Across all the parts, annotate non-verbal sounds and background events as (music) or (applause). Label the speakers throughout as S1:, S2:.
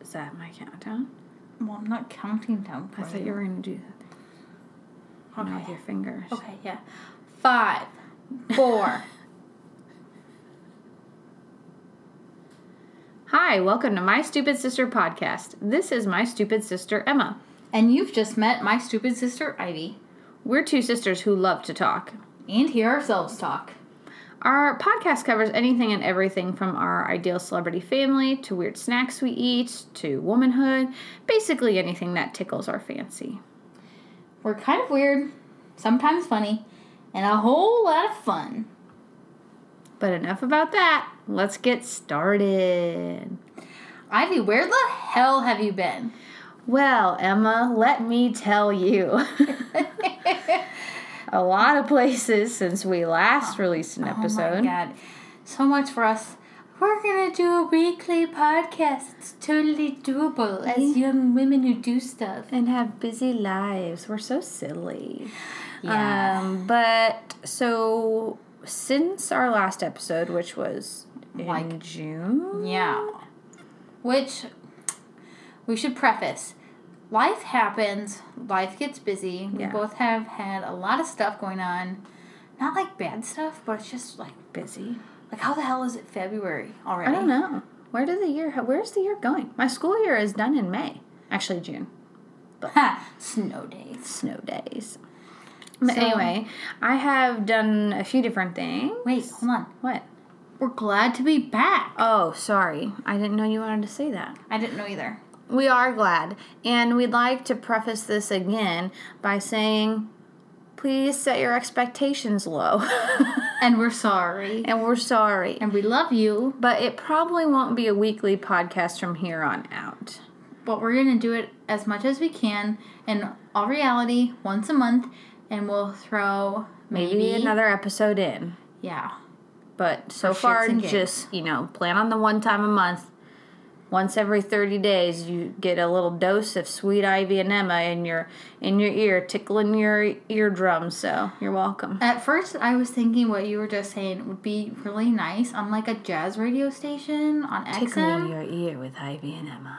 S1: Is that my countdown?
S2: Well, I'm not counting down for
S1: I thought you were going to do that. Okay. with
S2: Okay.
S1: your fingers.
S2: Okay, yeah. Five, four.
S1: Hi, welcome to My Stupid Sister podcast. This is my stupid sister, Emma.
S2: and you've just met my stupid sister, Ivy.
S1: We're two sisters who love to talk.
S2: And hear ourselves talk.
S1: Our podcast covers anything and everything from our ideal celebrity family to weird snacks we eat to womanhood, basically anything that tickles our fancy.
S2: We're kind of weird, sometimes funny, and a whole lot of fun.
S1: But enough about that. Let's get started.
S2: Ivy, where the hell have you been?
S1: Well, Emma, let me tell (laughs) you. a lot of places since we last released an
S2: Oh
S1: episode.
S2: my god. So much for us. We're gonna do a weekly podcast. It's totally doable as young women who do stuff.
S1: and have busy lives. We're so silly.
S2: Yeah.
S1: Um, but so since our last episode, which was in
S2: Like-
S1: June,
S2: Yeah. Which we should preface. Life happens, life gets busy. We
S1: Yeah.
S2: both have had a lot of stuff going on. Not like bad stuff, but it's just like
S1: busy.
S2: like how the hell is it February already?
S1: I don't know. Where did the year? Where's the year going? My school year is done in May. Actually, June.
S2: Ha, snow days.
S1: Snow days. But
S2: So-
S1: anyway, I have done a few different things.
S2: Wait, hold on.
S1: What?
S2: We're glad to be back.
S1: Oh, sorry. I didn't know you wanted to say that.
S2: I didn't know either.
S1: We are glad, and we'd like to preface this again by saying please set your expectations low. (laughs)
S2: And we're sorry.
S1: and we're sorry.
S2: And we love you.
S1: But it probably won't be a weekly podcast from here on out.
S2: but we're going to do it as much as we can in all reality once a month and we'll throw maybe,
S1: Maybe another episode in.
S2: yeah
S1: But so
S2: shits
S1: far,
S2: and gigs.
S1: just, you know, plan on the one time a month. Once every 30 days, you get a little dose of sweet ivy and Emma in your in your ear, tickling your eardrum. So you're welcome.
S2: at first i was thinking what you were just saying would be really nice on like a jazz radio station on xm
S1: your ear with ivy and Emma.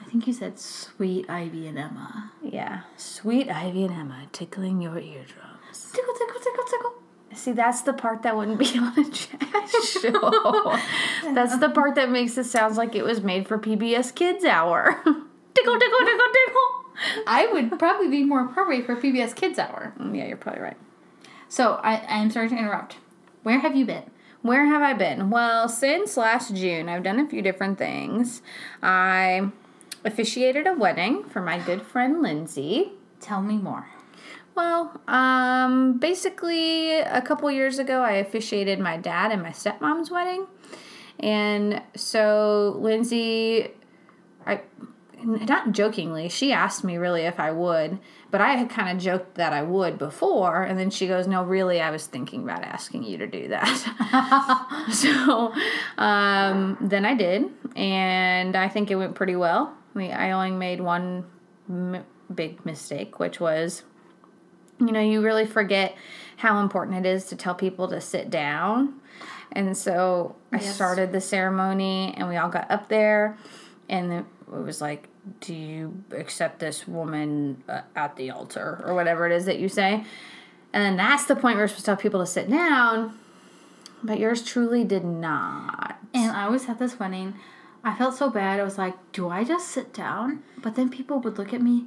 S2: i think you said sweet ivy and emma
S1: Yeah, sweet Ivy and Emma tickling your eardrums.
S2: tickle tickle tickle tickle
S1: See, that's the part that wouldn't be (laughs) on a jazz show. (laughs) that's the part that makes it sounds like it was made for PBS Kids Hour. (laughs) tickle, tickle, tickle, tickle. Mm,
S2: i would probably be more appropriate for pbs kids hour
S1: Yeah, you're probably right.
S2: so i i am sorry to interrupt where have you been
S1: Where have I been? Well, since last June, I've done a few different things. I officiated a wedding for my good friend Lindsay.
S2: tell me more
S1: Well, um, basically, a couple years ago, I officiated my dad and my stepmom's wedding. And so Lindsay, I, not jokingly, she asked me really if I would, but I had kind of joked that I would before. And then she goes, No, really, I was thinking about asking you to do that. (laughs) so um, then I did. And I think it went pretty well. We, I only made one m- big mistake, which was you know, you really forget how important it is to tell people to sit down. And so I started the ceremony and we all got up there and then it was like, do you accept this woman uh, at the altar or whatever it is that you say? And then that's the point where you're supposed to tell people to sit down, but yours truly did not.
S2: And I was at this wedding. I felt so bad. I was like, do I just sit down? But then people would look at me.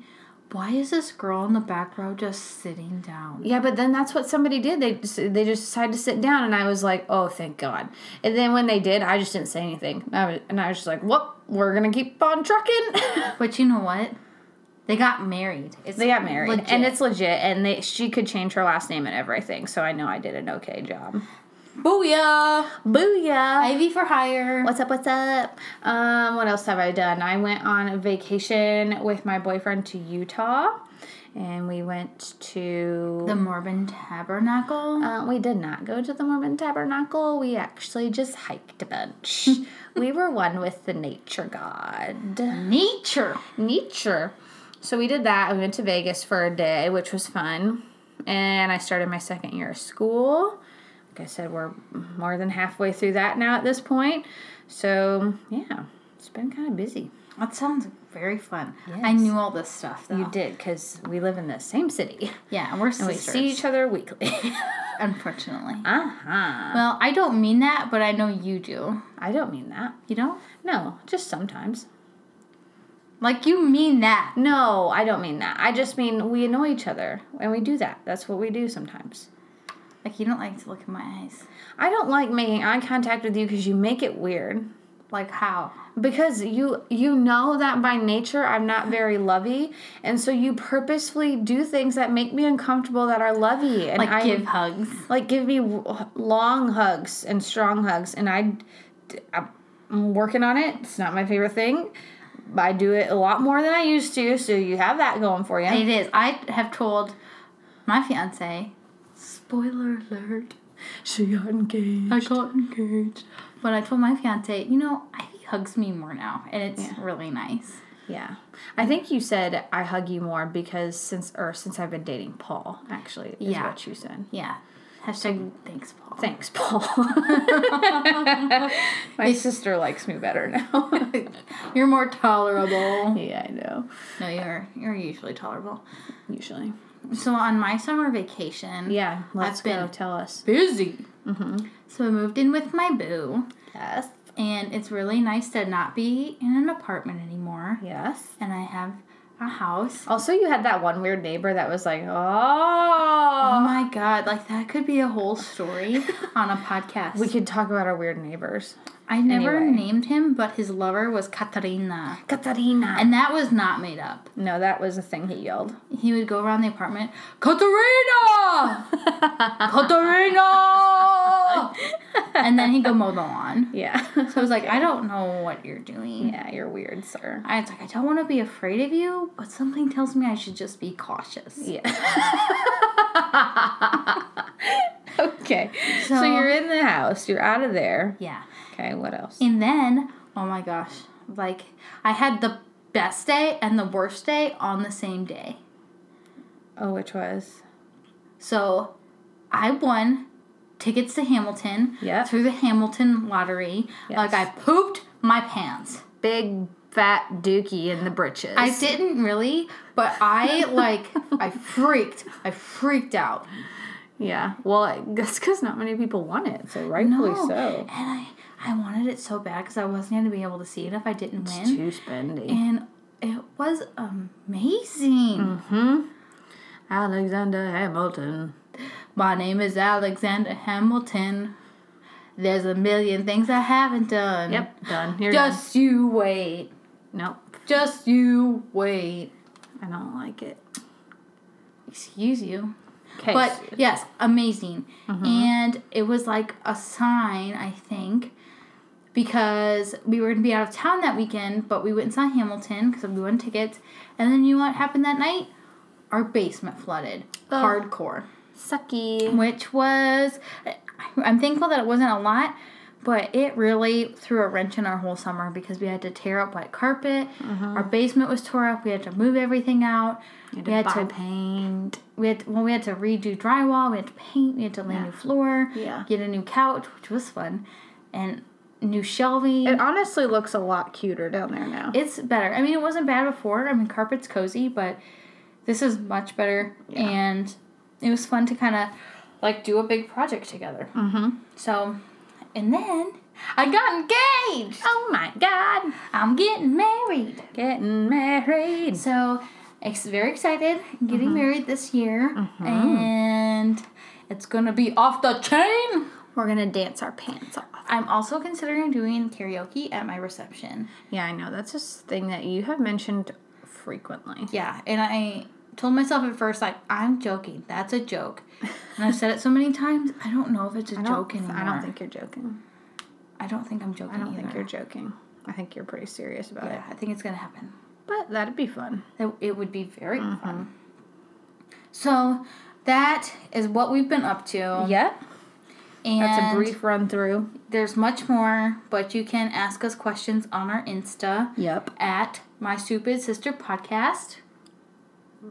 S2: Why is this girl in the back row just sitting down?
S1: Yeah, but then that's what somebody did. They just, they just decided to sit down, and I was like, oh, thank God. And then when they did, I just didn't say anything. And I was, and I was just like, whoop, we're gonna keep on trucking. (laughs)
S2: But you know what? They got married. It's
S1: they got married,
S2: legit.
S1: and it's legit. And they she could change her last name and everything, so I know I did an okay job.
S2: booyah.
S1: Booyah!
S2: Ivy for hire.
S1: What's up? What's up? Um, what else have I done? I went on a vacation with my boyfriend to Utah, and we went to
S2: The Mormon Tabernacle.
S1: Uh, we did not go to the Mormon Tabernacle. We actually just hiked a bunch. (laughs) we were one with the nature god,
S2: Nature.
S1: nature. So we did that. We went to Vegas for a day, which was fun. And I started my second year of school. Like I said, we're more than halfway through that now at this point. So yeah, It's been kind of busy.
S2: That sounds very fun. I knew all this stuff though.
S1: You did because we live in the same (laughs) city.
S2: Yeah, we're
S1: And we
S2: sisters.
S1: see each other (laughs) weekly.
S2: Unfortunately.
S1: uh huh.
S2: Well, I don't mean that, but I know you do.
S1: I don't mean that.
S2: You don't?
S1: No, just sometimes.
S2: Like you mean that.
S1: No, I don't mean that. I just mean we annoy each other and we do that. That's what we do sometimes.
S2: Like you don't like to look in my eyes.
S1: I don't like making eye contact with you because you make it weird.
S2: Like how?
S1: Because you you know that by nature I'm not very lovey, and so you purposefully do things that make me uncomfortable that are lovey, and
S2: Like
S1: I
S2: give hugs.
S1: like give me w- long hugs and strong hugs, and I d- I'm working on it. It's not my favorite thing. but I do it a lot more than I used to, so you have that going for you.
S2: It is. I have told my fiance. Spoiler alert.
S1: she got engaged.
S2: I got engaged. But I told my fiance, you know, I, he hugs me more now, and it's really nice.
S1: Yeah, I think you said I hug you more because since or since I've been dating Paul. Actually, is
S2: Yeah.
S1: what you said.
S2: Yeah. Hashtag thanks, Paul.
S1: Thanks, Paul. (laughs) My sister likes me better now. (laughs)
S2: You're more tolerable.
S1: yeah, I know.
S2: (laughs) no, you're you're usually tolerable.
S1: Usually.
S2: So on my summer vacation,
S1: Yeah, Mm-hmm. let's
S2: I've been-
S1: go. Tell us.
S2: busy. So I moved in with my boo,
S1: Yes.
S2: and it's really nice to not be in an apartment anymore.
S1: Yes.
S2: And I have a house.
S1: Also, you had that one weird neighbor that was like,
S2: Oh
S1: oh.
S2: my god, like that could be a
S1: (laughs)
S2: whole story on a podcast.
S1: We could talk about our weird neighbors.
S2: I never
S1: anyway.
S2: named him, but his lover was Katarina.
S1: Katarina.
S2: And that was not made up.
S1: no, that was a thing he (laughs) yelled.
S2: He would go around the apartment, Katarina!
S1: (laughs)
S2: Katarina! and then he'd go mow the lawn.
S1: Yeah. (laughs)
S2: So I was like, I don't know what you're doing.
S1: yeah, you're weird, sir.
S2: I was like, I don't want to be afraid of you, but something tells me I should just be cautious.
S1: Yeah. (laughs) okay. So,
S2: So-
S1: you're in the house. You're out of there.
S2: Yeah.
S1: Okay, what else?
S2: And then, oh my gosh, like I had the best day and the worst day on the same day.
S1: Oh, which was?
S2: So I won tickets to Hamilton
S1: Yep.
S2: through the Hamilton lottery.
S1: Yes.
S2: Like I pooped my pants.
S1: big fat dookie in the britches.
S2: I didn't really, but I like
S1: (laughs)
S2: I freaked. I freaked out.
S1: Yeah. Well, that's because not many people want it, so rightfully
S2: No.
S1: so.
S2: Oh, And I I wanted it so bad because I wasn't going to be able to see it if I didn't win.
S1: It's too spendy.
S2: and it was amazing.
S1: Mm. Alexander Hamilton.
S2: My name is Alexander Hamilton. There's a million things I haven't done.
S1: Yep, done. Here
S2: Just you wait.
S1: Nope.
S2: Just you wait.
S1: I don't like it.
S2: Excuse you.
S1: Okay.
S2: But yes, amazing. And it was like a sign, I think, because we were going to be out of town that weekend, but we went and saw Hamilton because we won tickets. And then you know what happened that night? Our basement flooded. Hardcore.
S1: sucky.
S2: which was I'm thankful that it wasn't a lot, but it really threw a wrench in our whole summer because we had to tear up white carpet. Our basement was tore up. We had to move everything out. We Mm-hmm. had to
S1: paint.
S2: we had well we had to redo drywall. We had to paint. We had to lay a new floor.
S1: Yeah.
S2: Get a new couch, which was fun, and new shelving.
S1: It honestly looks a lot cuter down there now.
S2: it's better. I mean, it wasn't bad before. I mean, carpet's cozy, but this is much better. And it was fun to kind of like do a big project together. Mm-hmm. So, and then I got engaged.
S1: oh my god.
S2: I'm getting married.
S1: Getting married.
S2: So, ex- very excited. Getting
S1: Mm-hmm.
S2: married this year, and it's gonna be off the chain.
S1: We're gonna dance our pants off.
S2: I'm also considering doing karaoke at my reception.
S1: Yeah, I know. That's just thing that you have mentioned frequently.
S2: Yeah, and I told myself at first, like, I'm joking. That's a joke. And I've said it so many times, I don't know if it's a
S1: I don't,
S2: joke anymore.
S1: I don't think you're joking.
S2: I don't think I'm joking.
S1: I don't think
S2: either.
S1: you're joking. I think you're pretty serious about it.
S2: Yeah, I think it's gonna happen.
S1: But that'd be fun.
S2: It, it would be very
S1: Mm-hmm.
S2: fun. So that is what we've been up to.
S1: Yep.
S2: and
S1: That's a brief run through.
S2: There's much more, but you can ask us questions on our Insta
S1: Yep.
S2: at My Stupid Sister Podcast.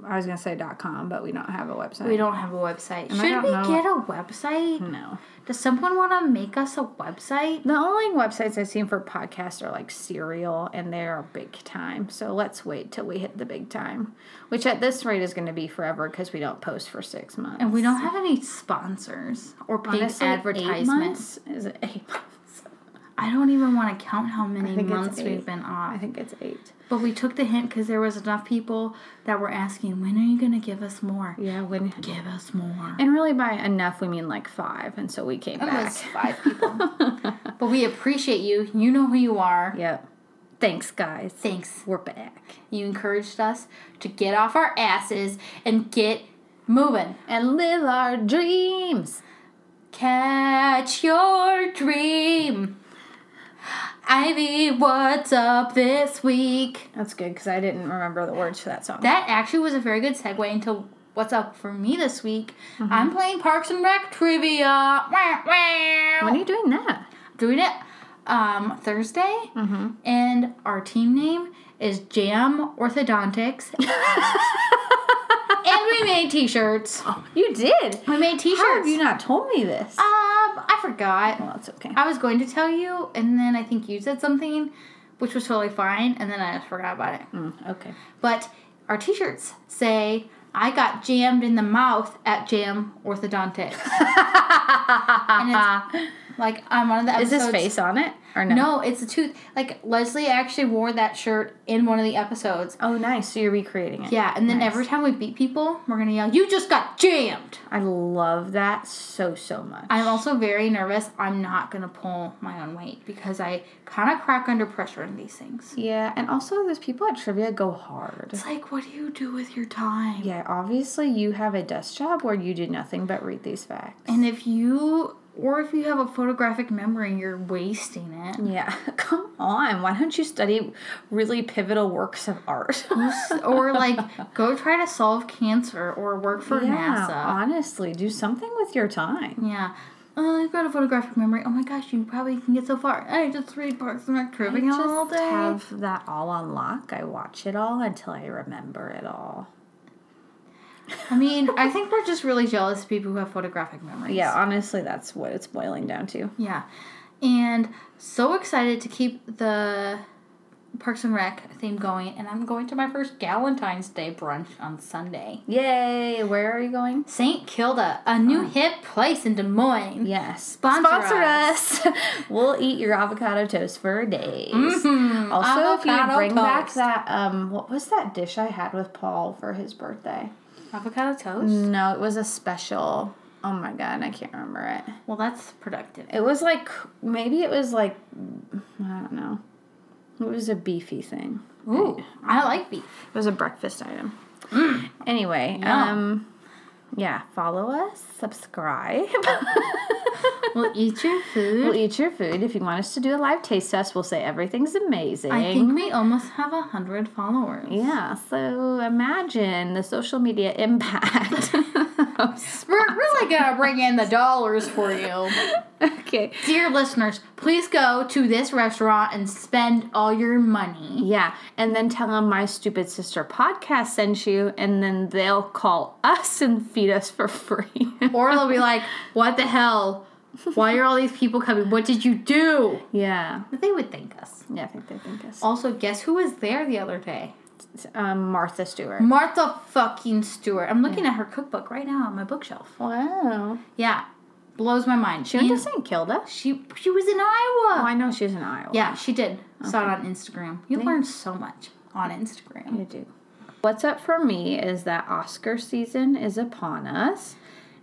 S1: I was gonna say dot com, but we don't have a website.
S2: We don't have a website.
S1: I
S2: Should
S1: don't
S2: we
S1: know-
S2: get a website?
S1: No.
S2: Does someone want to make us a website?
S1: The only websites I've seen for podcasts are like Serial, and they are big time. So let's wait till we hit the big time, which at this rate is going to be forever because we don't post for six months.
S2: And we don't have any sponsors or paid
S1: Honestly, eight months?
S2: advertisements.
S1: Is it eight months?
S2: I don't even want to count how many
S1: think it's
S2: months we've
S1: eight.
S2: been off.
S1: I think it's eight.
S2: But we took the hint because there was enough people that were asking, when are you going to give us more?
S1: Yeah, when
S2: Give us more.
S1: and really by enough we mean like five, and so we came
S2: It
S1: back. (laughs)
S2: was five (laughs) people. but we appreciate you. You know who you are.
S1: Yep. Thanks, guys.
S2: Thanks.
S1: We're back
S2: You encouraged us to get off our asses and get moving.
S1: and live our dreams.
S2: Catch your dream. Ivy, what's up this week?
S1: That's good because I didn't remember the words for that song.
S2: That actually was a very good segue into what's up for me this week.
S1: Mm-hmm.
S2: I'm playing Parks and Rec trivia. Wah, wah.
S1: when are you doing that?
S2: doing it um, Thursday,
S1: Mm-hmm.
S2: and our team name is Jam
S1: (laughs)
S2: Orthodontics. and we made T-shirts.
S1: Oh, You did.
S2: We made T-shirts.
S1: How have you not told me this?
S2: um, I forgot.
S1: well, it's okay.
S2: I was going to tell you, and then I think you said something, which was totally fine, and then I just forgot about it.
S1: Mm, okay.
S2: But our T-shirts say. I got jammed in the mouth at Jam Orthodontics.
S1: (laughs)
S2: and it's like I'm one of the
S1: Is
S2: episodes.
S1: his face on it or no?
S2: No, it's a tooth. Like Leslie actually wore that shirt in one of the episodes.
S1: Oh, nice. So you're recreating it.
S2: Yeah, and then every time we beat people, we're gonna yell, "You just got jammed."
S1: I love that so so much.
S2: I'm also very nervous. I'm not gonna pull my own weight because I kind of crack under pressure in these things.
S1: yeah, and also those people at trivia go hard.
S2: It's like, what do you do with your time?
S1: Yeah, obviously you have a desk job where you do nothing but read these facts.
S2: And if you, or if you have a photographic memory, you're
S1: (laughs)
S2: wasting it.
S1: Yeah, come on. Why don't you study really pivotal works of art? (laughs)
S2: or like, go try to solve cancer or work for
S1: yeah,
S2: NASA.
S1: honestly, do something with your time.
S2: Yeah. Uh, I've got a photographic memory. Oh my gosh, you probably can get so far. I just read Parks and Rec
S1: I
S2: trivia all
S1: just
S2: day.
S1: have that all on lock. I watch it all until I remember it all.
S2: I mean, I think we're just really jealous of people who have photographic memories.
S1: Yeah, honestly, that's what it's boiling down to.
S2: Yeah. And so excited to keep the Parks and Rec theme going. And I'm going to my first Galentine's Day brunch on Sunday.
S1: Yay! Where are you going?
S2: St. Kilda, a new hip place in Des Moines.
S1: Yes.
S2: Sponsor
S1: us. (laughs) we'll eat your avocado toast for days. Also, if you
S2: Avocado
S1: bring back
S2: toast.
S1: that um, what was that dish I had with Paul for his birthday?
S2: Avocado toast.
S1: No, it was a special. Oh my god, I can't remember it.
S2: Well, that's productive.
S1: It was like maybe it was like I don't know. It was a beefy thing.
S2: Ooh, I like beef.
S1: It was a breakfast item. Anyway,
S2: Mm. Yum.
S1: um yeah, follow us,
S2: (laughs)
S1: subscribe. (laughs)
S2: We'll eat your food.
S1: We'll eat your food. If you want us to do a live taste test, we'll say everything's amazing.
S2: I think we almost have a hundred followers.
S1: yeah, so imagine the social media
S2: (laughs)
S1: impact. (laughs)
S2: We're really gonna bring in the dollars
S1: (laughs)
S2: for you.
S1: okay.
S2: Dear listeners, please go to this restaurant and spend all your money.
S1: Yeah, and then tell them my stupid sister podcast sent you, and then they'll call us and feed us for free. (laughs)
S2: Or they'll be like, what the hell? Why are all these people coming? What did you do?
S1: yeah,
S2: They would thank us.
S1: yeah, I think they think us.
S2: Also, guess who was there the other day?
S1: Um, Martha Stewart.
S2: Martha fucking Stewart. I'm looking at her cookbook right now on my bookshelf.
S1: Wow,
S2: Yeah. Blows my mind.
S1: she went
S2: She
S1: to St. Kilda.
S2: she, she was in Iowa.
S1: Oh, I know she's in Iowa.
S2: Yeah, she did. Saw it on Instagram. You learn so much on Instagram.
S1: You do. What's up for me is that Oscar season is upon us.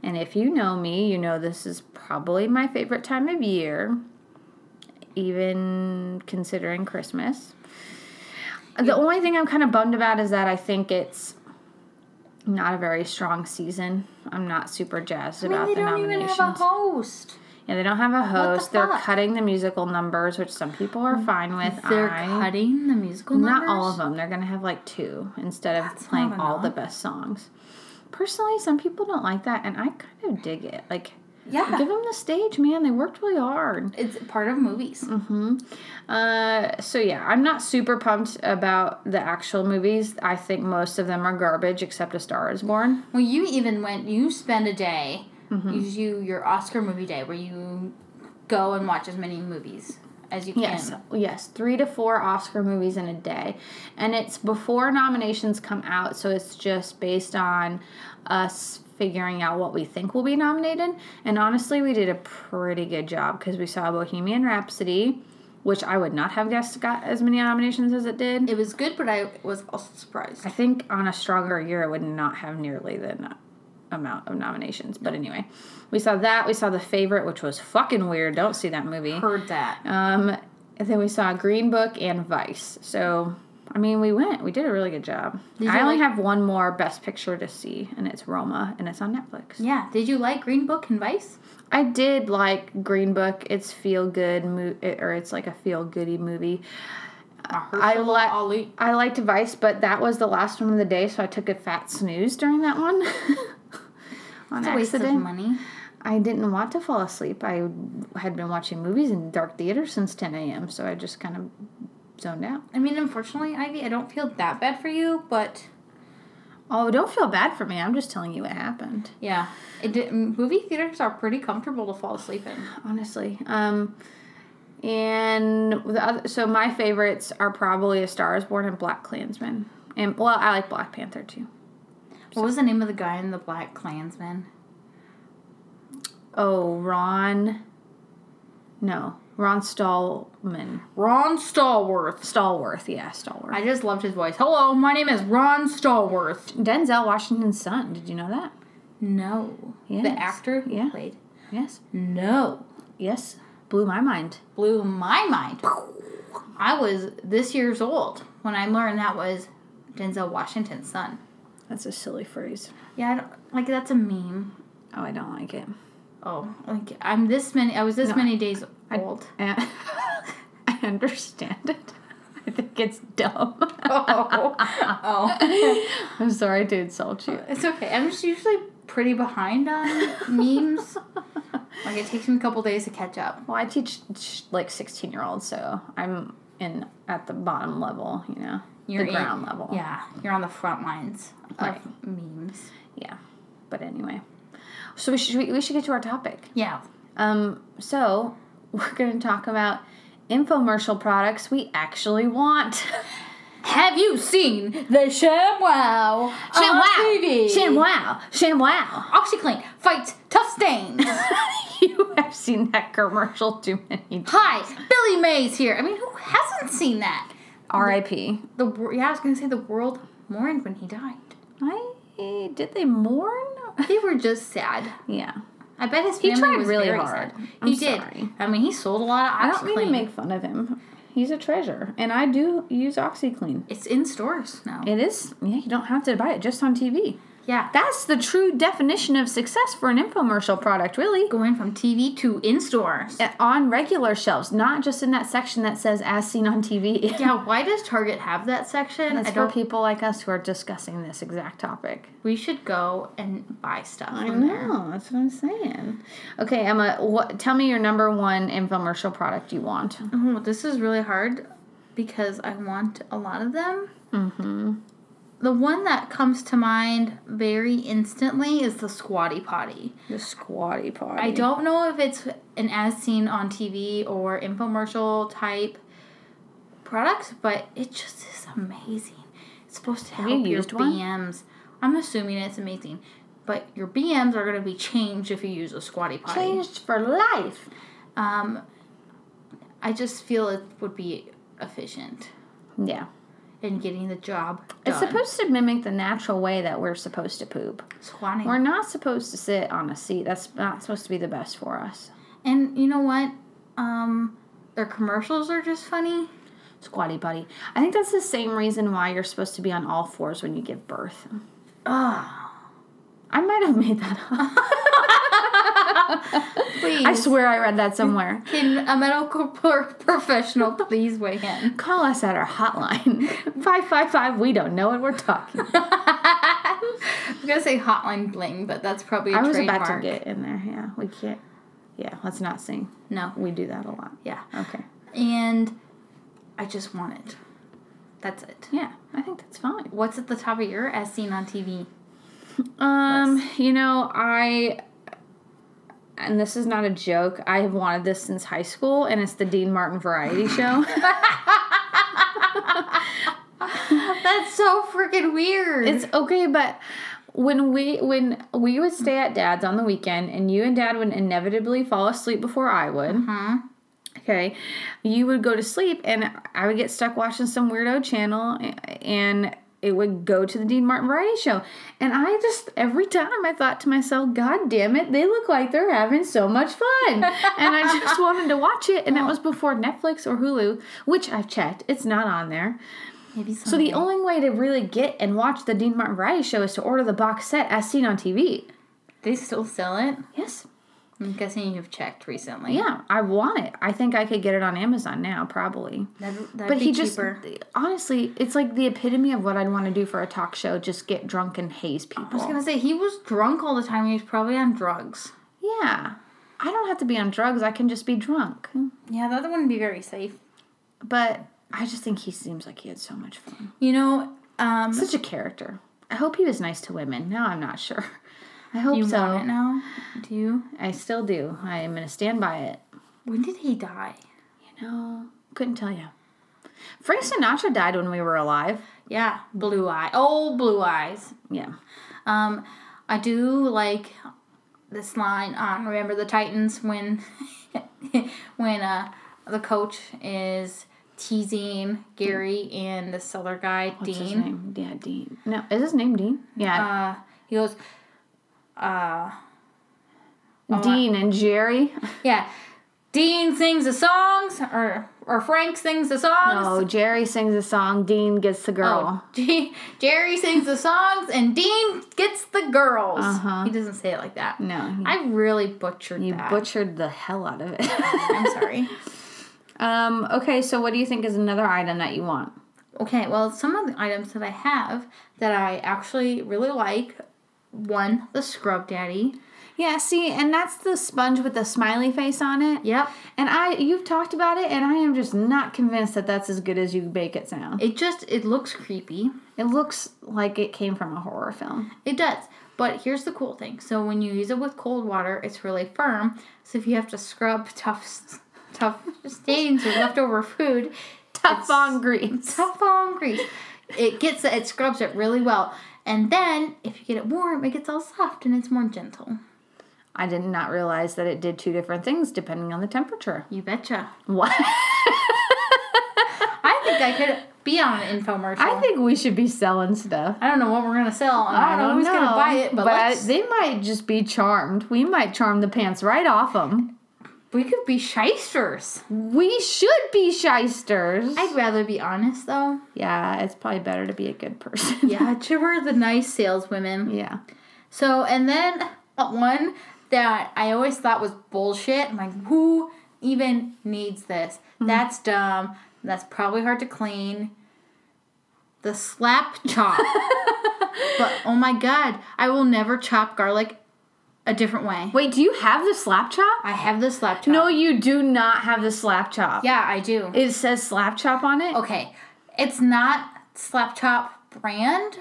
S1: And if you know me, you know this is probably my favorite time of year, even considering Christmas. The only thing I'm kind of bummed about is that I think it's not a very strong season. I'm not super jazzed about the nominations.
S2: host.
S1: yeah, they don't have a host. They're
S2: fuck?
S1: cutting the musical numbers, which some people are fine with.
S2: They're
S1: I-
S2: cutting the musical
S1: not all of them. They're going to have like two instead of
S2: not
S1: playing all the
S2: enough.
S1: best songs. Personally, some people don't like that, and I kind of dig it. Like,
S2: Yeah.
S1: Give them the stage, man. They worked really hard.
S2: It's part of movies.
S1: Mm-hmm. Uh, so yeah, I'm not super pumped about the actual movies. I think most of them are garbage, except A Star Is Born.
S2: Well, you even went. You spend a day. You do your Oscar movie day where you go and watch as many movies as you can.
S1: Yes, yes, three to four Oscar movies in a day, and it's before nominations come out, so it's just based on us figuring out what we think will be nominated. And honestly, we did a pretty good job because we saw Bohemian Rhapsody, which I would not have guessed got as many nominations as it did.
S2: It was good, but I was also surprised.
S1: I think on a stronger year, it would not have nearly the no- amount of nominations. But anyway, we saw that. We saw The Favorite, which was fucking weird. Don't see that movie.
S2: Heard that.
S1: Um, and then we saw Green Book and Vice. So, I mean, we went. We did a really good job.
S2: Did
S1: I
S2: you
S1: only
S2: like-
S1: have one more Best Picture to see, and it's Roma, and it's on Netflix.
S2: yeah. Did you like Green Book and Vice?
S1: I did like Green Book. It's feel good, mo- it- or it's like a feel goody movie. I like
S2: Ali.
S1: I liked Vice, but that was the last one of the day, so I took a fat snooze during that one. (laughs) on
S2: It's a waste of
S1: accident.
S2: money.
S1: I didn't want to fall asleep. I had been watching movies in dark theater since 10 a.m., so I just kind of zoned out.
S2: I mean, unfortunately, Ivy, I don't feel that bad for you, but
S1: Oh, don't feel bad for me. I'm just telling you what happened.
S2: yeah, it did, movie theaters are pretty comfortable to fall asleep in.
S1: Honestly. Um and the other, so my favorites are probably A Star Is Born and Black Klansman. And well, I like Black Panther too.
S2: What was the name of the guy in the Black Klansman?
S1: Oh, Ron No, Ron Stallman.
S2: Ron Stallworth.
S1: Stallworth, yeah, Stallworth.
S2: I just loved his voice. Hello, my name is Ron Stallworth.
S1: Denzel Washington's son. Did you know that?
S2: No.
S1: Yes.
S2: The actor who
S1: Yeah.
S2: played.
S1: Yes.
S2: No.
S1: Yes. Blew my mind.
S2: Blew my mind. I was this year's old when I learned that was Denzel Washington's son.
S1: That's a silly phrase.
S2: Yeah, I don't, like that's a meme.
S1: Oh, I don't like it.
S2: Oh, like I'm this many. I was this many days
S1: (laughs)
S2: old.
S1: I I understand it. I think it's dumb. (laughs)
S2: oh, oh,
S1: I'm sorry to insult you.
S2: (laughs) it's okay. I'm just usually pretty behind on
S1: (laughs)
S2: memes. Like it takes me a couple days to catch up.
S1: Well, I teach sh- like 16 year olds, so I'm in at the bottom level, you know, the
S2: in-
S1: ground level.
S2: Yeah, you're on the front lines of
S1: Right.
S2: memes.
S1: Yeah. But anyway, so we should we, we should get to our topic.
S2: Yeah,
S1: Um, so we're going to talk about infomercial products we actually want.
S2: Have you seen the ShamWow?
S1: Sham
S2: on
S1: wow, (laughs)
S2: TV?
S1: sham wow, sham wow.
S2: OxyClean fights tough stains. (laughs)
S1: (laughs) you have seen that commercial too many times.
S2: Hi, Billy Mays here. I mean, who hasn't seen that?
S1: R.I.P.
S2: The wor- yeah, I was gonna say the world mourned when he died.
S1: I did they mourn?
S2: They were just sad.
S1: yeah.
S2: I bet his family
S1: tried
S2: was
S1: really
S2: very
S1: hard.
S2: sad.
S1: I'm
S2: he did.
S1: sorry.
S2: I mean, he sold a lot of OxyClean.
S1: I don't mean to make fun of him. He's a treasure, and I do use OxyClean.
S2: It's in stores now.
S1: It is yeah. You don't have to buy it just on TV.
S2: yeah,
S1: That's
S2: that's
S1: the true definition of success for an infomercial product, really.
S2: going from TV to in stores.
S1: Uh, On regular shelves, not just in that section that says "as seen on (laughs) TV."
S2: Yeah, why does Target have that section?
S1: It's
S2: I
S1: for
S2: don't.
S1: people like us who are discussing this exact topic.
S2: We should go and buy stuff.
S1: I
S2: from there.
S1: know. That's what I'm saying. Okay, Emma. What? Tell me your number one infomercial product you want.
S2: Oh, this is really hard because I want a lot of them. Mm-hmm. The one that comes to mind very instantly is the Squatty Potty.
S1: The squatty potty.
S2: I don't know if it's an as seen on TV or infomercial type product, but it just is amazing. It's supposed to help
S1: you
S2: your
S1: used one?
S2: BMs. I'm assuming it's amazing, but your BMs are going to be changed if you use a Squatty Potty.
S1: changed for life.
S2: Um, I just feel it would be efficient
S1: Yeah.
S2: in getting the job done.
S1: It's supposed to mimic the natural way that we're supposed to poop.
S2: squatting.
S1: We're not supposed to sit on a seat. That's not supposed to be the best for us.
S2: and you know what? Um, their commercials are just funny.
S1: Squatty potty. I think that's the same reason why you're supposed to be on all fours when you give birth.
S2: Ugh.
S1: I might have made that up.
S2: Please,
S1: I swear I read that somewhere.
S2: can a medical (laughs) pro- professional please weigh in?
S1: (laughs)
S2: (laughs)
S1: Call us at our hotline 555. We don't know what we're talking about.
S2: I was gonna say Hotline Bling, but that's probably a
S1: I was
S2: trademark.
S1: about to get in there. Yeah, we can't. Yeah, let's not sing.
S2: no,
S1: We do that a lot.
S2: yeah,
S1: Okay.
S2: and I just want it. That's it.
S1: Yeah, I think that's fine.
S2: What's at the top of your as seen on TV?
S1: Um, you know, I and this is not a joke. I have wanted this since high school, and it's the Dean Martin variety show.
S2: That's so freaking weird.
S1: It's okay, but when we when we would stay at dad's on the weekend and you and dad would inevitably fall asleep before I would. Okay. You would go to sleep and I would get stuck watching some weirdo channel and it would go to the Dean Martin variety show. And I just every time I thought to myself, God damn it, they look like they're having so much fun. and I just wanted to watch it. And that was before Netflix or Hulu, which I've checked. It's not on there.
S2: Maybe
S1: So the only way to really get and watch the Dean Martin Variety Show is to order the box set as seen on TV.
S2: they still sell it.
S1: Yes.
S2: I'm guessing you've checked recently.
S1: Yeah, I want it. I think I could get it on Amazon now, probably.
S2: that'd, that'd
S1: But
S2: be
S1: he just
S2: cheaper.
S1: honestly, it's like the epitome of what I'd want to do for a talk show: just get drunk and haze people.
S2: I was gonna say he was drunk all the time. He was probably on drugs.
S1: yeah, I don't have to be on drugs. I can just be drunk.
S2: Yeah, that wouldn't be very safe.
S1: But I just think he seems like he had so much fun.
S2: You know, um,
S1: Such a character. I hope he was nice to women. Now I'm not sure. (laughs) I hope
S2: you
S1: so.
S2: want it now? Do you?
S1: I still do. I am gonna stand by it.
S2: When did he die?
S1: No, couldn't tell you. Frank Sinatra died when we were alive.
S2: Yeah, blue eye. Oh, blue eyes.
S1: Yeah.
S2: Um, I do like this line on Remember the Titans when (laughs) when uh the coach is teasing Gary and this other guy
S1: What's his
S2: Dean.
S1: name? Yeah, Dean. No, is his name Dean? Yeah.
S2: Uh, he goes,
S1: Dean and Jerry. (laughs)
S2: yeah. Dean sings the songs, or or Frank sings the songs. (laughs)
S1: Oh, Jerry sings a song. Dean gets the girl.
S2: G- Jerry sings the songs and Dean gets the girls. He doesn't say it like that.
S1: Uh-huh. No,
S2: I really butchered
S1: you
S2: that.
S1: butchered the hell out of it. (laughs)
S2: I'm sorry. (laughs)
S1: um. Okay. So, what do you think is another item that you want?
S2: Okay, well, some of the items that I have that I actually really like one, the Scrub Daddy.
S1: Yeah. See, and that's the sponge with the smiley face on it.
S2: Yep.
S1: And I, you've talked about it, and I am just not convinced that that's as good as you make it sound.
S2: It just, it looks creepy.
S1: It looks like it came from a horror film.
S2: It does. But here's the cool thing. So when you use it with cold water, it's really firm. So if you have to scrub tough, (laughs) tough stains or leftover food,
S1: Tough on greens.
S2: tough on grease, it gets it, it scrubs it really well. And then if you get it warm, it gets all soft and it's more gentle.
S1: I did not realize that it did two different things depending on the temperature. (laughs)
S2: You betcha.
S1: What?
S2: I think I could be on an infomercial.
S1: I think we should be selling stuff.
S2: I don't know what we're gonna sell, and I don't, know who's gonna buy it, but, let's,
S1: they might just be charmed. We might charm the pants right off them.
S2: we could be shysters.
S1: We should be shysters.
S2: I'd rather be honest though.
S1: yeah, it's probably better to be a good person.
S2: Yeah, (laughs) to we're the nice saleswomen.
S1: (laughs) yeah.
S2: So, and then uh, one that I always thought was bullshit. I'm like, who even needs this?
S1: Mm-hmm.
S2: That's dumb. That's probably hard to clean. The slap
S1: (laughs)
S2: chop. but oh my god, I will never chop garlic a different way.
S1: Wait, do you have the slap chop?
S2: I have the slap chop.
S1: No, you do not have the slap chop.
S2: Yeah, I do.
S1: It says slap chop on it.
S2: Okay, it's not Slap Chop brand.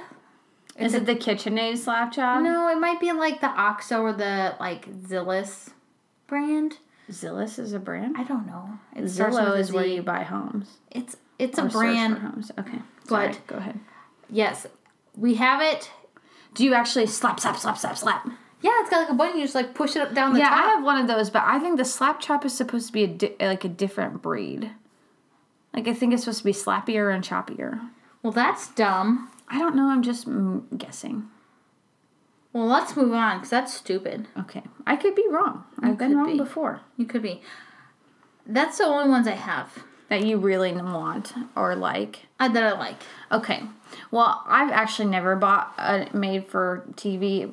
S1: Is it the KitchenAid slap chop?
S2: No, it might be like the Oxo or the like Zillis brand.
S1: Zillis is a brand.
S2: I don't know. It starts with
S1: Zillow
S2: a
S1: is where
S2: Z.
S1: you buy homes.
S2: It's it's a
S1: or search for
S2: brand.
S1: homes. Okay.
S2: But-
S1: Sorry, go ahead.
S2: Yes, we have it.
S1: Do you actually slap, slap, slap, slap, slap?
S2: Yeah, it's got like a button. You just like push it up down the
S1: Yeah, I
S2: top.
S1: have one of those, but I think the slap chop is supposed to be a di- like a different breed. Like I think it's supposed to be slappier and choppier.
S2: Well, that's dumb.
S1: I don't know. I'm just mm, guessing.
S2: Well, let's move on because that's stupid.
S1: Okay, I could be wrong. I've been
S2: could
S1: wrong
S2: be.
S1: before.
S2: You could be. That's the only ones I have
S1: That you really want or like.
S2: uh, that I like.
S1: Okay. Well, I've actually never bought a made for TV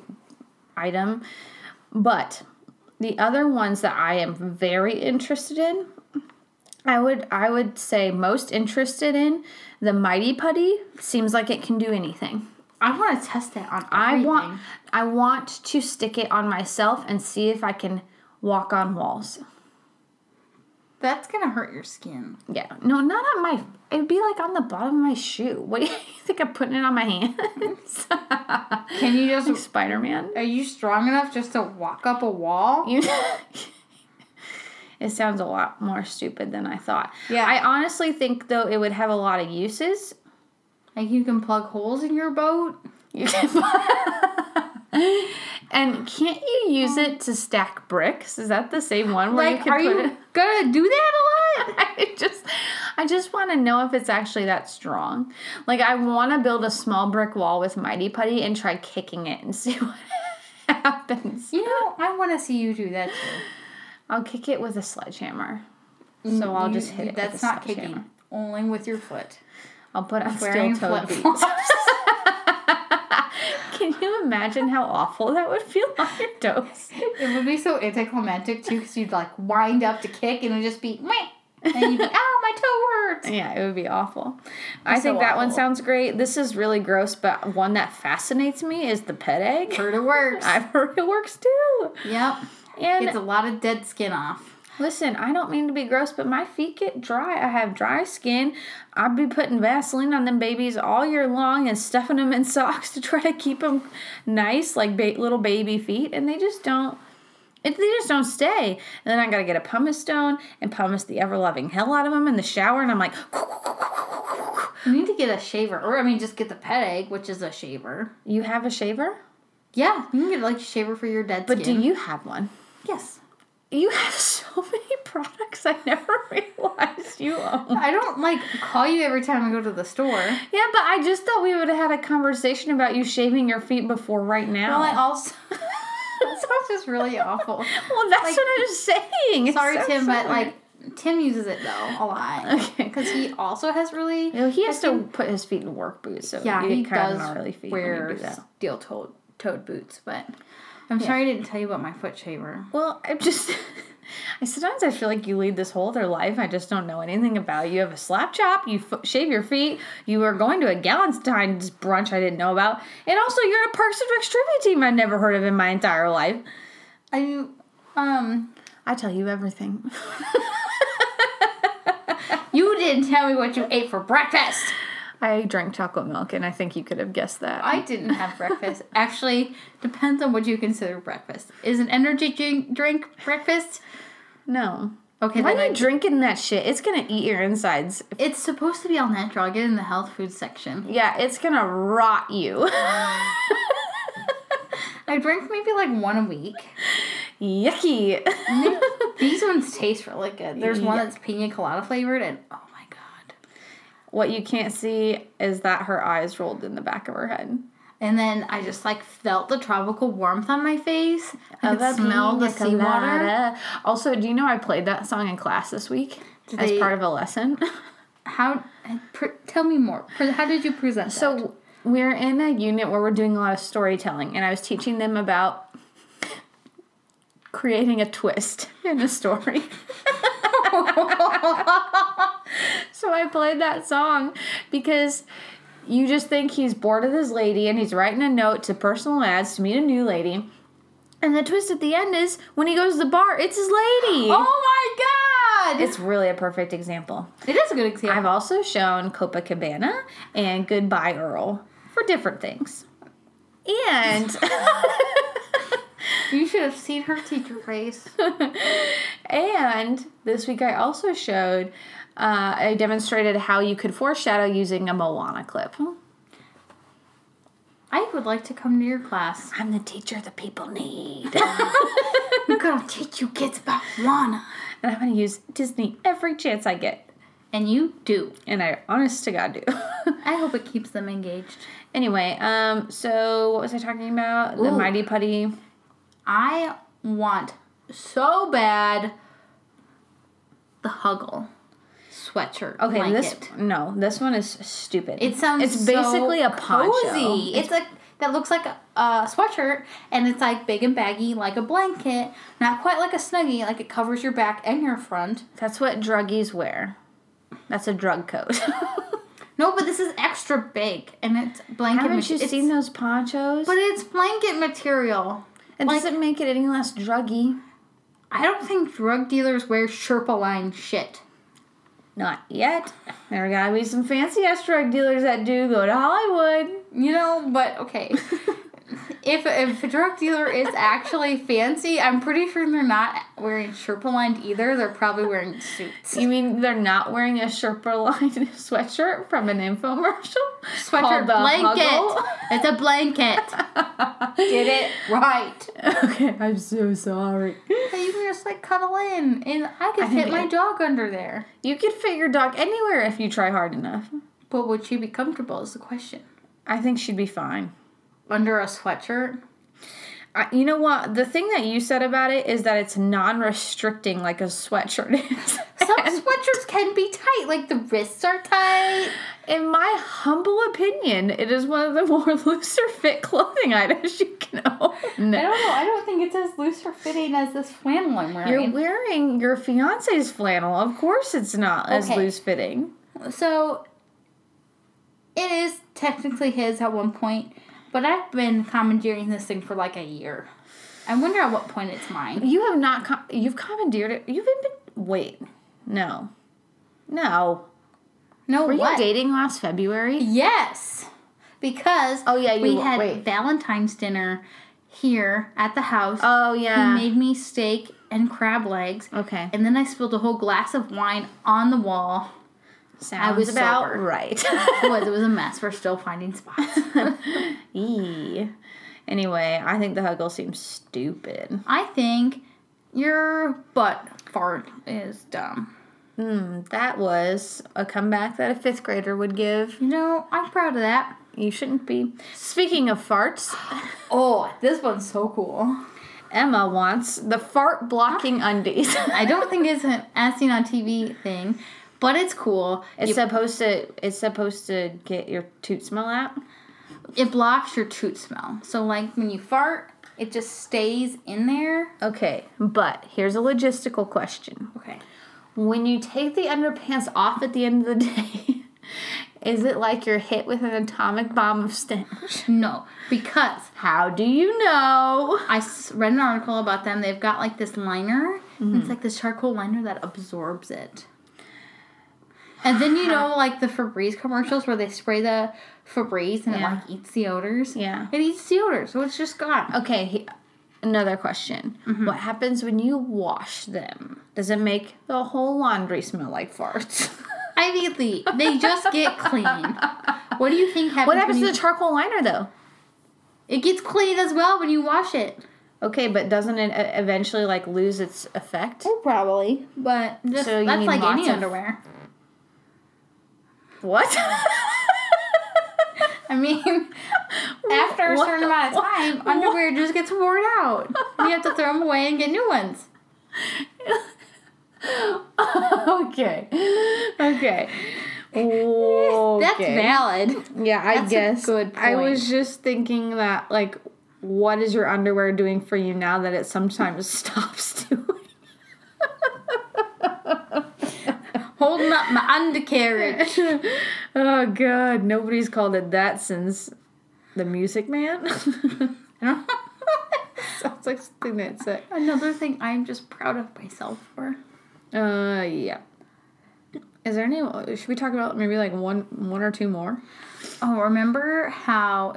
S1: item, but the other ones that I am very interested in, I would I would say most interested in the Mighty Putty seems like it can do anything.
S2: I want to test that on.
S1: I
S2: Everything.
S1: want I want to stick it on myself and see if I can walk on walls.
S2: That's gonna hurt your skin.
S1: Yeah. No, not on my it'd be like on the bottom of my shoe. What do you (laughs) think I'm putting it on my (laughs) hands? (laughs)
S2: Can you
S1: like
S2: just?
S1: Spider Man.
S2: Are you strong enough just to walk up a wall?
S1: You (laughs) It sounds a lot more stupid than I thought.
S2: Yeah.
S1: I honestly think though it would have a lot of uses.
S2: Like you can plug holes in your boat.
S1: You
S2: (laughs)
S1: can- (laughs) and can't you use it to stack bricks? Is that the same one where you
S2: Like,
S1: can
S2: are
S1: put
S2: you
S1: it? (laughs)
S2: (laughs) gonna do that a lot?
S1: I just I just want to know if it's actually that strong. Like I want to build a small brick wall with Mighty Putty and try kicking it and (laughs) see what happens.
S2: You know, I want to see you do that too.
S1: I'll kick it with a sledgehammer. So I'll
S2: Mm, You-
S1: just hit it.
S2: That's
S1: with a
S2: not
S1: sledgehammer.
S2: kicking. Only with your foot.
S1: I'll put on
S2: Wearing
S1: steel-toed (laughs)
S2: flip
S1: boots. Can you imagine how awful that would feel on
S2: (laughs)
S1: your toes?
S2: (laughs) It would be so anticlimactic too, because you'd like wind up to kick and it would just be meh, and
S1: (laughs)
S2: you'd be, "Ow, my toe hurts."
S1: Yeah, it would be awful. I
S2: so
S1: think that one
S2: awful.
S1: sounds great. This is really gross, but one that fascinates me is the pet egg. (laughs)
S2: Heard it works.
S1: I've heard it works too.
S2: yep,
S1: And
S2: gets a lot of dead skin off.
S1: Listen, I don't mean to be gross, but my feet get dry. I have dry skin. I'd be putting Vaseline on them babies all year long and stuffing them in (laughs) socks to try to keep them nice, like ba- little baby feet, and they just don't. It, they just don't stay. And then I gotta get a pumice stone and pumice the ever loving hell out of them in the shower, and I'm like, (laughs)
S2: You need to get a shaver, or I mean, just get the pet egg, which is a shaver.
S1: you have a shaver,
S2: Yeah, you can get like a shaver for your dead
S1: but
S2: skin.
S1: do you have one?
S2: Yes.
S1: You have (laughs) so many products I never (laughs) realized you own.
S2: I don't like call you every time I go to the store.
S1: Yeah, but I just thought we would have had a conversation about you shaving your feet before right now. (laughs)
S2: Well, I also. (laughs) that sounds just really awful.
S1: Well, that's
S2: like-
S1: what I was saying. (laughs) It's
S2: Sorry,
S1: so
S2: Tim, but
S1: similar.
S2: like Tim uses it though a lot.
S1: Okay.
S2: Because he also has really.
S1: You know, he has to put his feet in work boots, so
S2: yeah,
S1: you
S2: he
S1: kind of
S2: does
S1: gnarly feet when you
S2: wear
S1: do that.
S2: steel toed toed boots, but I'm sorry I didn't tell you about my foot shaver.
S1: Well, I'm just. (laughs) I sometimes I feel like you lead this whole other life. I just don't know anything about you. You have a slap chop. You f- shave your feet. You are going to a Galentine's brunch I didn't know about, and also you're a Parks and Rec trivia team I never heard of in my entire life.
S2: I um
S1: I tell you everything.
S2: you didn't tell me what you ate for breakfast.
S1: I drank chocolate milk, and I think you could have guessed that.
S2: I didn't have (laughs) breakfast. Actually, depends on what you consider breakfast. Is an energy drink, drink breakfast?
S1: no.
S2: Okay,
S1: Why
S2: then
S1: are
S2: I-
S1: you drinking that shit? It's gonna eat your insides.
S2: it's supposed to be all natural. I get in the health food section.
S1: Yeah, it's gonna rot you. (laughs)
S2: I drink maybe like one a week.
S1: Yucky.
S2: These ones taste really good. There's one
S1: Yeah.
S2: that's pina colada flavored, and oh my god.
S1: what you can't see is that her eyes rolled in the back of her head.
S2: And then I just like felt the tropical warmth on my face. I
S1: Of
S2: could
S1: a
S2: smell the
S1: pina
S2: seawater.
S1: colada. Also, do you know I played that song in class this week as
S2: they-
S1: part of a lesson? (laughs)
S2: How? Pr- tell me more. Pr- How did you present that?
S1: So we're in a unit where we're doing a lot of storytelling, and I was teaching them about creating a twist (laughs) in a story. so I played that song because you just think he's bored of this lady and he's writing a note to personal ads to meet a new lady. And the twist at the end is when he goes to the bar, it's his lady.
S2: Oh my god! It's,
S1: It's really a perfect example.
S2: it is a good example.
S1: I've also shown Copacabana and Goodbye Earl for different things. And (laughs)
S2: you should have seen her teacher
S1: (laughs)
S2: face.
S1: and this week I also showed uh, I demonstrated how you could foreshadow using a Moana clip.
S2: I would like to come to your class.
S1: I'm the teacher the people need.
S2: I'm gonna teach you kids about Lana.
S1: and I'm gonna use Disney every chance I get.
S2: And you do.
S1: And I honest to God do. (laughs)
S2: I hope it keeps them engaged.
S1: anyway, um so what was I talking about? The
S2: Ooh.
S1: mighty putty.
S2: I want so bad the Huggle sweatshirt.
S1: Okay,
S2: blanket.
S1: this no, this one is stupid.
S2: It sounds
S1: it's
S2: so
S1: basically a poncho.
S2: Cozy. It's like that looks like a, a sweatshirt, and it's like big and baggy, like a blanket. Not quite like a snuggie. Like it covers your back and your front.
S1: (laughs) That's what druggies wear. That's a drug coat.
S2: No, but this is extra big, and it's blanket.
S1: Haven't
S2: mate-
S1: you
S2: it's-
S1: seen those ponchos?
S2: But it's blanket material.
S1: it doesn't make it any less druggy.
S2: I don't think drug dealers wear Sherpa line shit.
S1: Not yet. There gotta be some fancy ass drug dealers that do go to Hollywood.
S2: You know, but okay.
S1: (laughs)
S2: if if a drug dealer is actually fancy, I'm pretty sure they're not wearing Sherpa lined either. They're probably wearing suits.
S1: You mean they're not wearing a Sherpa lined (laughs) sweatshirt from an infomercial?
S2: Sweater
S1: Called the
S2: blanket.
S1: Huggle?
S2: (laughs) It's a blanket. (laughs) Get it right.
S1: (laughs) Okay, I'm so sorry.
S2: But you can just like cuddle in, and I could
S1: I think
S2: fit my
S1: it-
S2: dog under there.
S1: You could fit your dog anywhere if you try hard enough.
S2: But would she be comfortable? Is the question.
S1: I think she'd be fine.
S2: Under a sweatshirt.
S1: I, you know what? The thing that you said about it is that it's non restricting like a sweatshirt (laughs) is.
S2: (laughs) Some sweatshirts can be tight, like the wrists are tight.
S1: In my humble opinion, it is one of the (laughs) more looser fit clothing items you can own.
S2: I don't know. I don't think it's as loose or fitting as this flannel I'm wearing.
S1: You're wearing your fiance's flannel. Of course, it's not as
S2: Okay.
S1: loose fitting.
S2: So it is technically his at one point, but I've been commandeering this thing for like a year. I wonder at what point it's mine.
S1: You have not. Com- you've commandeered it. You've been. Wait, no, no.
S2: No,
S1: Were
S2: what?
S1: you dating last February?
S2: Yes, because
S1: Oh, yeah, you
S2: we
S1: were-
S2: had
S1: wait.
S2: Valentine's dinner here at the house.
S1: Oh
S2: he
S1: yeah.
S2: made me steak and crab legs,
S1: okay.
S2: and then I spilled a whole glass of wine on the wall.
S1: Sounds
S2: was
S1: about
S2: sober.
S1: right. (laughs)
S2: It was, it was a mess. We're still finding spots.
S1: Eee. E. Anyway, I think the huggle seems stupid.
S2: I think your butt fart is dumb.
S1: Mm, that was a comeback that a fifth grader would give.
S2: You know, I'm proud of that.
S1: You shouldn't be. Speaking of farts,
S2: Oh, this one's so cool.
S1: Emma wants the fart blocking undies. (laughs)
S2: I don't think it's an as seen on TV thing, but it's cool.
S1: It's
S2: It,
S1: supposed to. It's supposed to get your toot smell out.
S2: it blocks your toot smell. So, like, when you fart, it just stays in there.
S1: Okay, but here's a logistical question:
S2: Okay.
S1: When you take the underpants off at the end of the day, (laughs) is it like you're hit with an atomic bomb of stench?
S2: No, because
S1: How do you know?
S2: I s- read an article about them. They've got like this liner.
S1: Mm-hmm.
S2: and It's like this charcoal liner that absorbs it. And then you know, like the Febreze commercials where they spray the Febreze and
S1: Yeah.
S2: it like eats the odors.
S1: Yeah.
S2: It eats the odor, so it's just gone.
S1: Okay, he, another question:
S2: Mm-hmm.
S1: What happens when you wash them? Does it make the whole laundry smell like farts?
S2: (laughs) I mean, they- they just
S1: (laughs)
S2: get clean. What do you think happens?
S1: what happens
S2: when
S1: to
S2: you-
S1: the charcoal liner though?
S2: it gets clean as well when you wash it.
S1: Okay, but doesn't it uh, eventually like lose its effect?
S2: Probably, but just,
S1: So you
S2: that's
S1: need
S2: like any
S1: lots of-
S2: underwear.
S1: What?
S2: I mean, (laughs)
S1: (laughs)
S2: after a
S1: What-
S2: certain
S1: (laughs)
S2: amount of time, underwear just gets worn out. And you have to throw them away and get new ones.
S1: okay. Okay. okay.
S2: (laughs) That's valid.
S1: Yeah, I
S2: That's a
S1: guess.
S2: good
S1: I
S2: point.
S1: was just thinking that, like, what is your underwear doing for you now that it sometimes (laughs) stops doing?
S2: Holding up my
S1: (laughs)
S2: undercarriage. (laughs)
S1: Oh God, nobody's called it that since the Music Man. (laughs) Sounds like something that's it.
S2: Another thing I'm just proud of myself for.
S1: Uh, yeah. Is there any? Should we talk about maybe like one, one or two more?
S2: Oh, remember how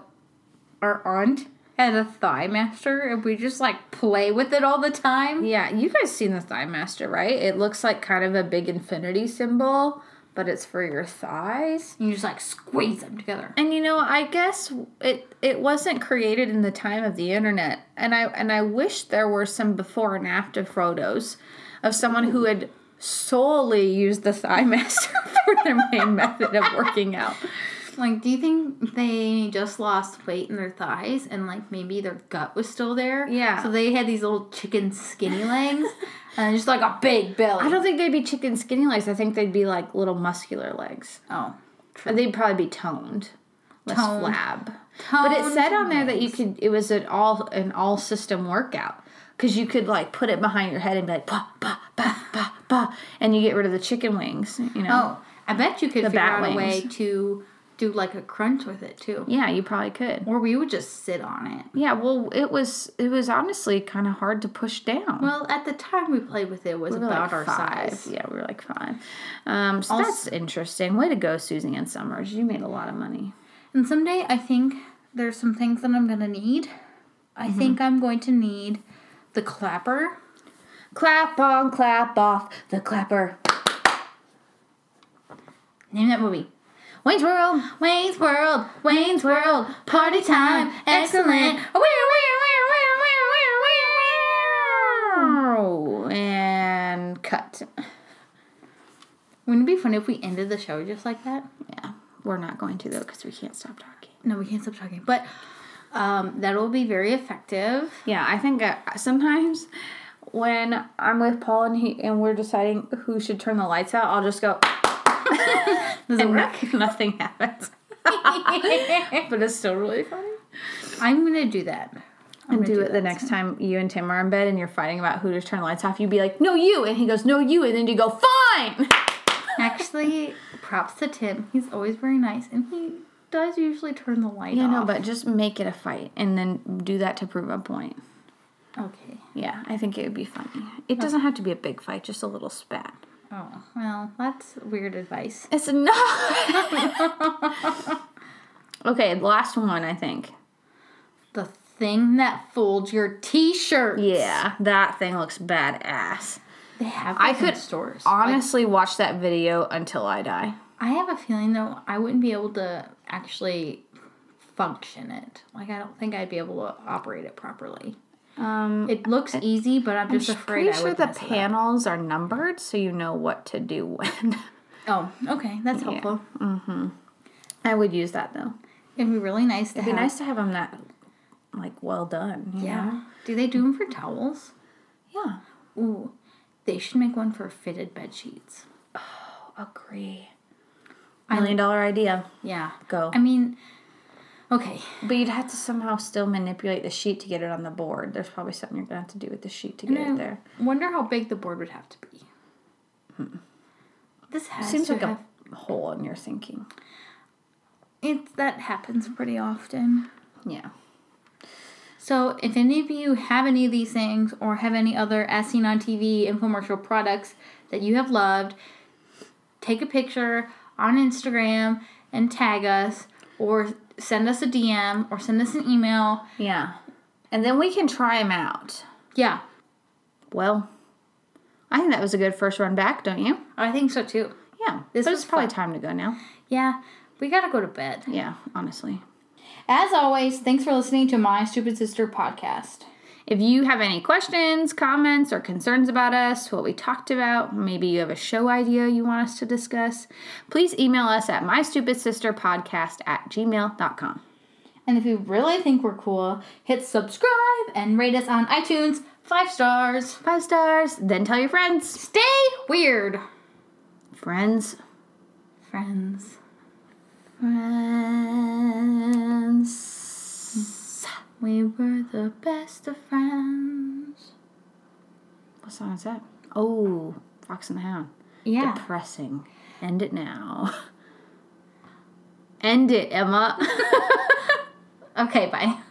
S2: our aunt had a thigh master and we just like play with it all the time?
S1: Yeah, you guys seen the thigh master, right? It looks like kind of a big infinity symbol, but it's for your thighs.
S2: And you just like squeeze them together.
S1: And you know, I guess it it wasn't created in the time of the internet, and I and I wish there were some before and after photos of someone who had solely used the thigh (laughs) master for their main method of working out.
S2: Like, do you think they just lost weight in their thighs and like maybe their gut was still there?
S1: Yeah.
S2: So they had these little chicken skinny legs (laughs) and just like a big belly.
S1: I don't think they'd be chicken skinny legs. I think they'd be like little muscular legs.
S2: oh.
S1: They'd probably be toned, less
S2: Toned.
S1: flab. But it said on there that you could. It was an all an all system workout because you could like put it behind your head and be like ba ba ba ba ba, and you get rid of the chicken wings. You know.
S2: Oh, I bet you could
S1: The
S2: figure
S1: bat
S2: out a way
S1: wings.
S2: to do like a crunch with it too.
S1: Yeah, you probably could.
S2: Or we would just sit on it.
S1: Yeah, well, it was it was honestly kind of hard to push down.
S2: Well, at the time we played with it was
S1: we were
S2: about
S1: like
S2: our
S1: five.
S2: size.
S1: Yeah, we were like five. Um, so that's interesting. Way to go, Susie and Summers. You made a lot of money.
S2: And someday I think there's some things that I'm gonna need. I
S1: Mm-hmm.
S2: think I'm going to need the clapper.
S1: Clap on, clap off, the clapper.
S2: Name that movie.
S1: Wayne's World.
S2: Wayne's World, Wayne's World, party time, excellent.
S1: And cut.
S2: Wouldn't it be funny if we ended the show just like that?
S1: Yeah, we're not going to though because we can't stop talking.
S2: No, we can't stop talking. But um, that'll be very (laughs) effective.
S1: Yeah, I think uh, sometimes when I'm with Paul and he and we're deciding who should turn the lights out, I'll just go. (laughs)
S2: Does it
S1: and
S2: work?
S1: no- (laughs) nothing happens. but it's still really funny.
S2: I'm gonna do that. I'm
S1: And
S2: gonna
S1: do it the
S2: that. (laughs)
S1: next time you and Tim are in bed and you're fighting about who to turn the lights off. You'd be like, "No, you," and he goes, "No, you," and then you go, "Fine."
S2: Actually, props to Tim. He's always very nice, and he does usually turn the light
S1: Yeah,
S2: off.
S1: no, but just make it a fight and then do that to prove a point.
S2: okay.
S1: Yeah, I think it would be funny. It doesn't have to be a big fight, just a little spat.
S2: Oh well, that's weird advice.
S1: It's not. (laughs) okay, the last one, I think.
S2: The thing that folds your T-shirt.
S1: Yeah, that thing looks badass.
S2: they have.
S1: I
S2: those in
S1: could
S2: stores.
S1: honestly watch that video until I die.
S2: I have a feeling though I wouldn't be able to actually function it. Like I don't think I'd be able to operate it properly.
S1: Um,
S2: It looks easy, but I'm just afraid
S1: pretty
S2: I
S1: sure
S2: would
S1: the
S2: mess it up.
S1: panels are numbered, so you know what to do when. (laughs)
S2: Oh, okay, that's helpful.
S1: I would use that though.
S2: It'd be really nice to
S1: It'd be
S2: have.
S1: nice to have them that, like, well done. you
S2: Yeah.
S1: know?
S2: Do they do them for towels?
S1: Yeah.
S2: Ooh, they should make one for fitted bed sheets.
S1: Agree.
S2: I-
S1: Million dollar idea.
S2: Yeah.
S1: Go.
S2: I mean, okay.
S1: But you'd have to somehow still manipulate the sheet to get it on the board. There's probably something you're gonna have to do with the sheet to get
S2: I
S1: it there.
S2: Wonder how big the board would have to be. Hmm. This has
S1: Seems
S2: to
S1: like
S2: have-
S1: a hole in your thinking.
S2: it that happens pretty often.
S1: Yeah.
S2: So, if any of you have any of these things or have any other as seen on TV infomercial products that you have loved, take a picture on Instagram and tag us or send us a DM or send us an email.
S1: Yeah. And then we can try them out.
S2: Yeah,
S1: Well, I think that was a good first run back, don't you?
S2: I think so too.
S1: Yeah.
S2: This
S1: but
S2: was
S1: it's probably time to go now.
S2: Yeah, we gotta go to bed.
S1: Yeah, honestly.
S2: As always, thanks for listening to My Stupid Sister podcast.
S1: If you have any questions, comments, or concerns about us, what we talked about, maybe you have a show idea you want us to discuss, please email us at mystupidsisterpodcast at gmail.com.
S2: And if you really think we're cool, hit subscribe and rate us on iTunes. Five stars.
S1: Five stars, then tell your friends.
S2: Stay weird.
S1: Friends.
S2: Friends.
S1: Friends.
S2: We were the best of friends.
S1: What song is that? Oh, Fox and the Hound.
S2: Yeah.
S1: Depressing. End it now. (laughs) End it, Emma. (laughs)
S2: Okay, bye.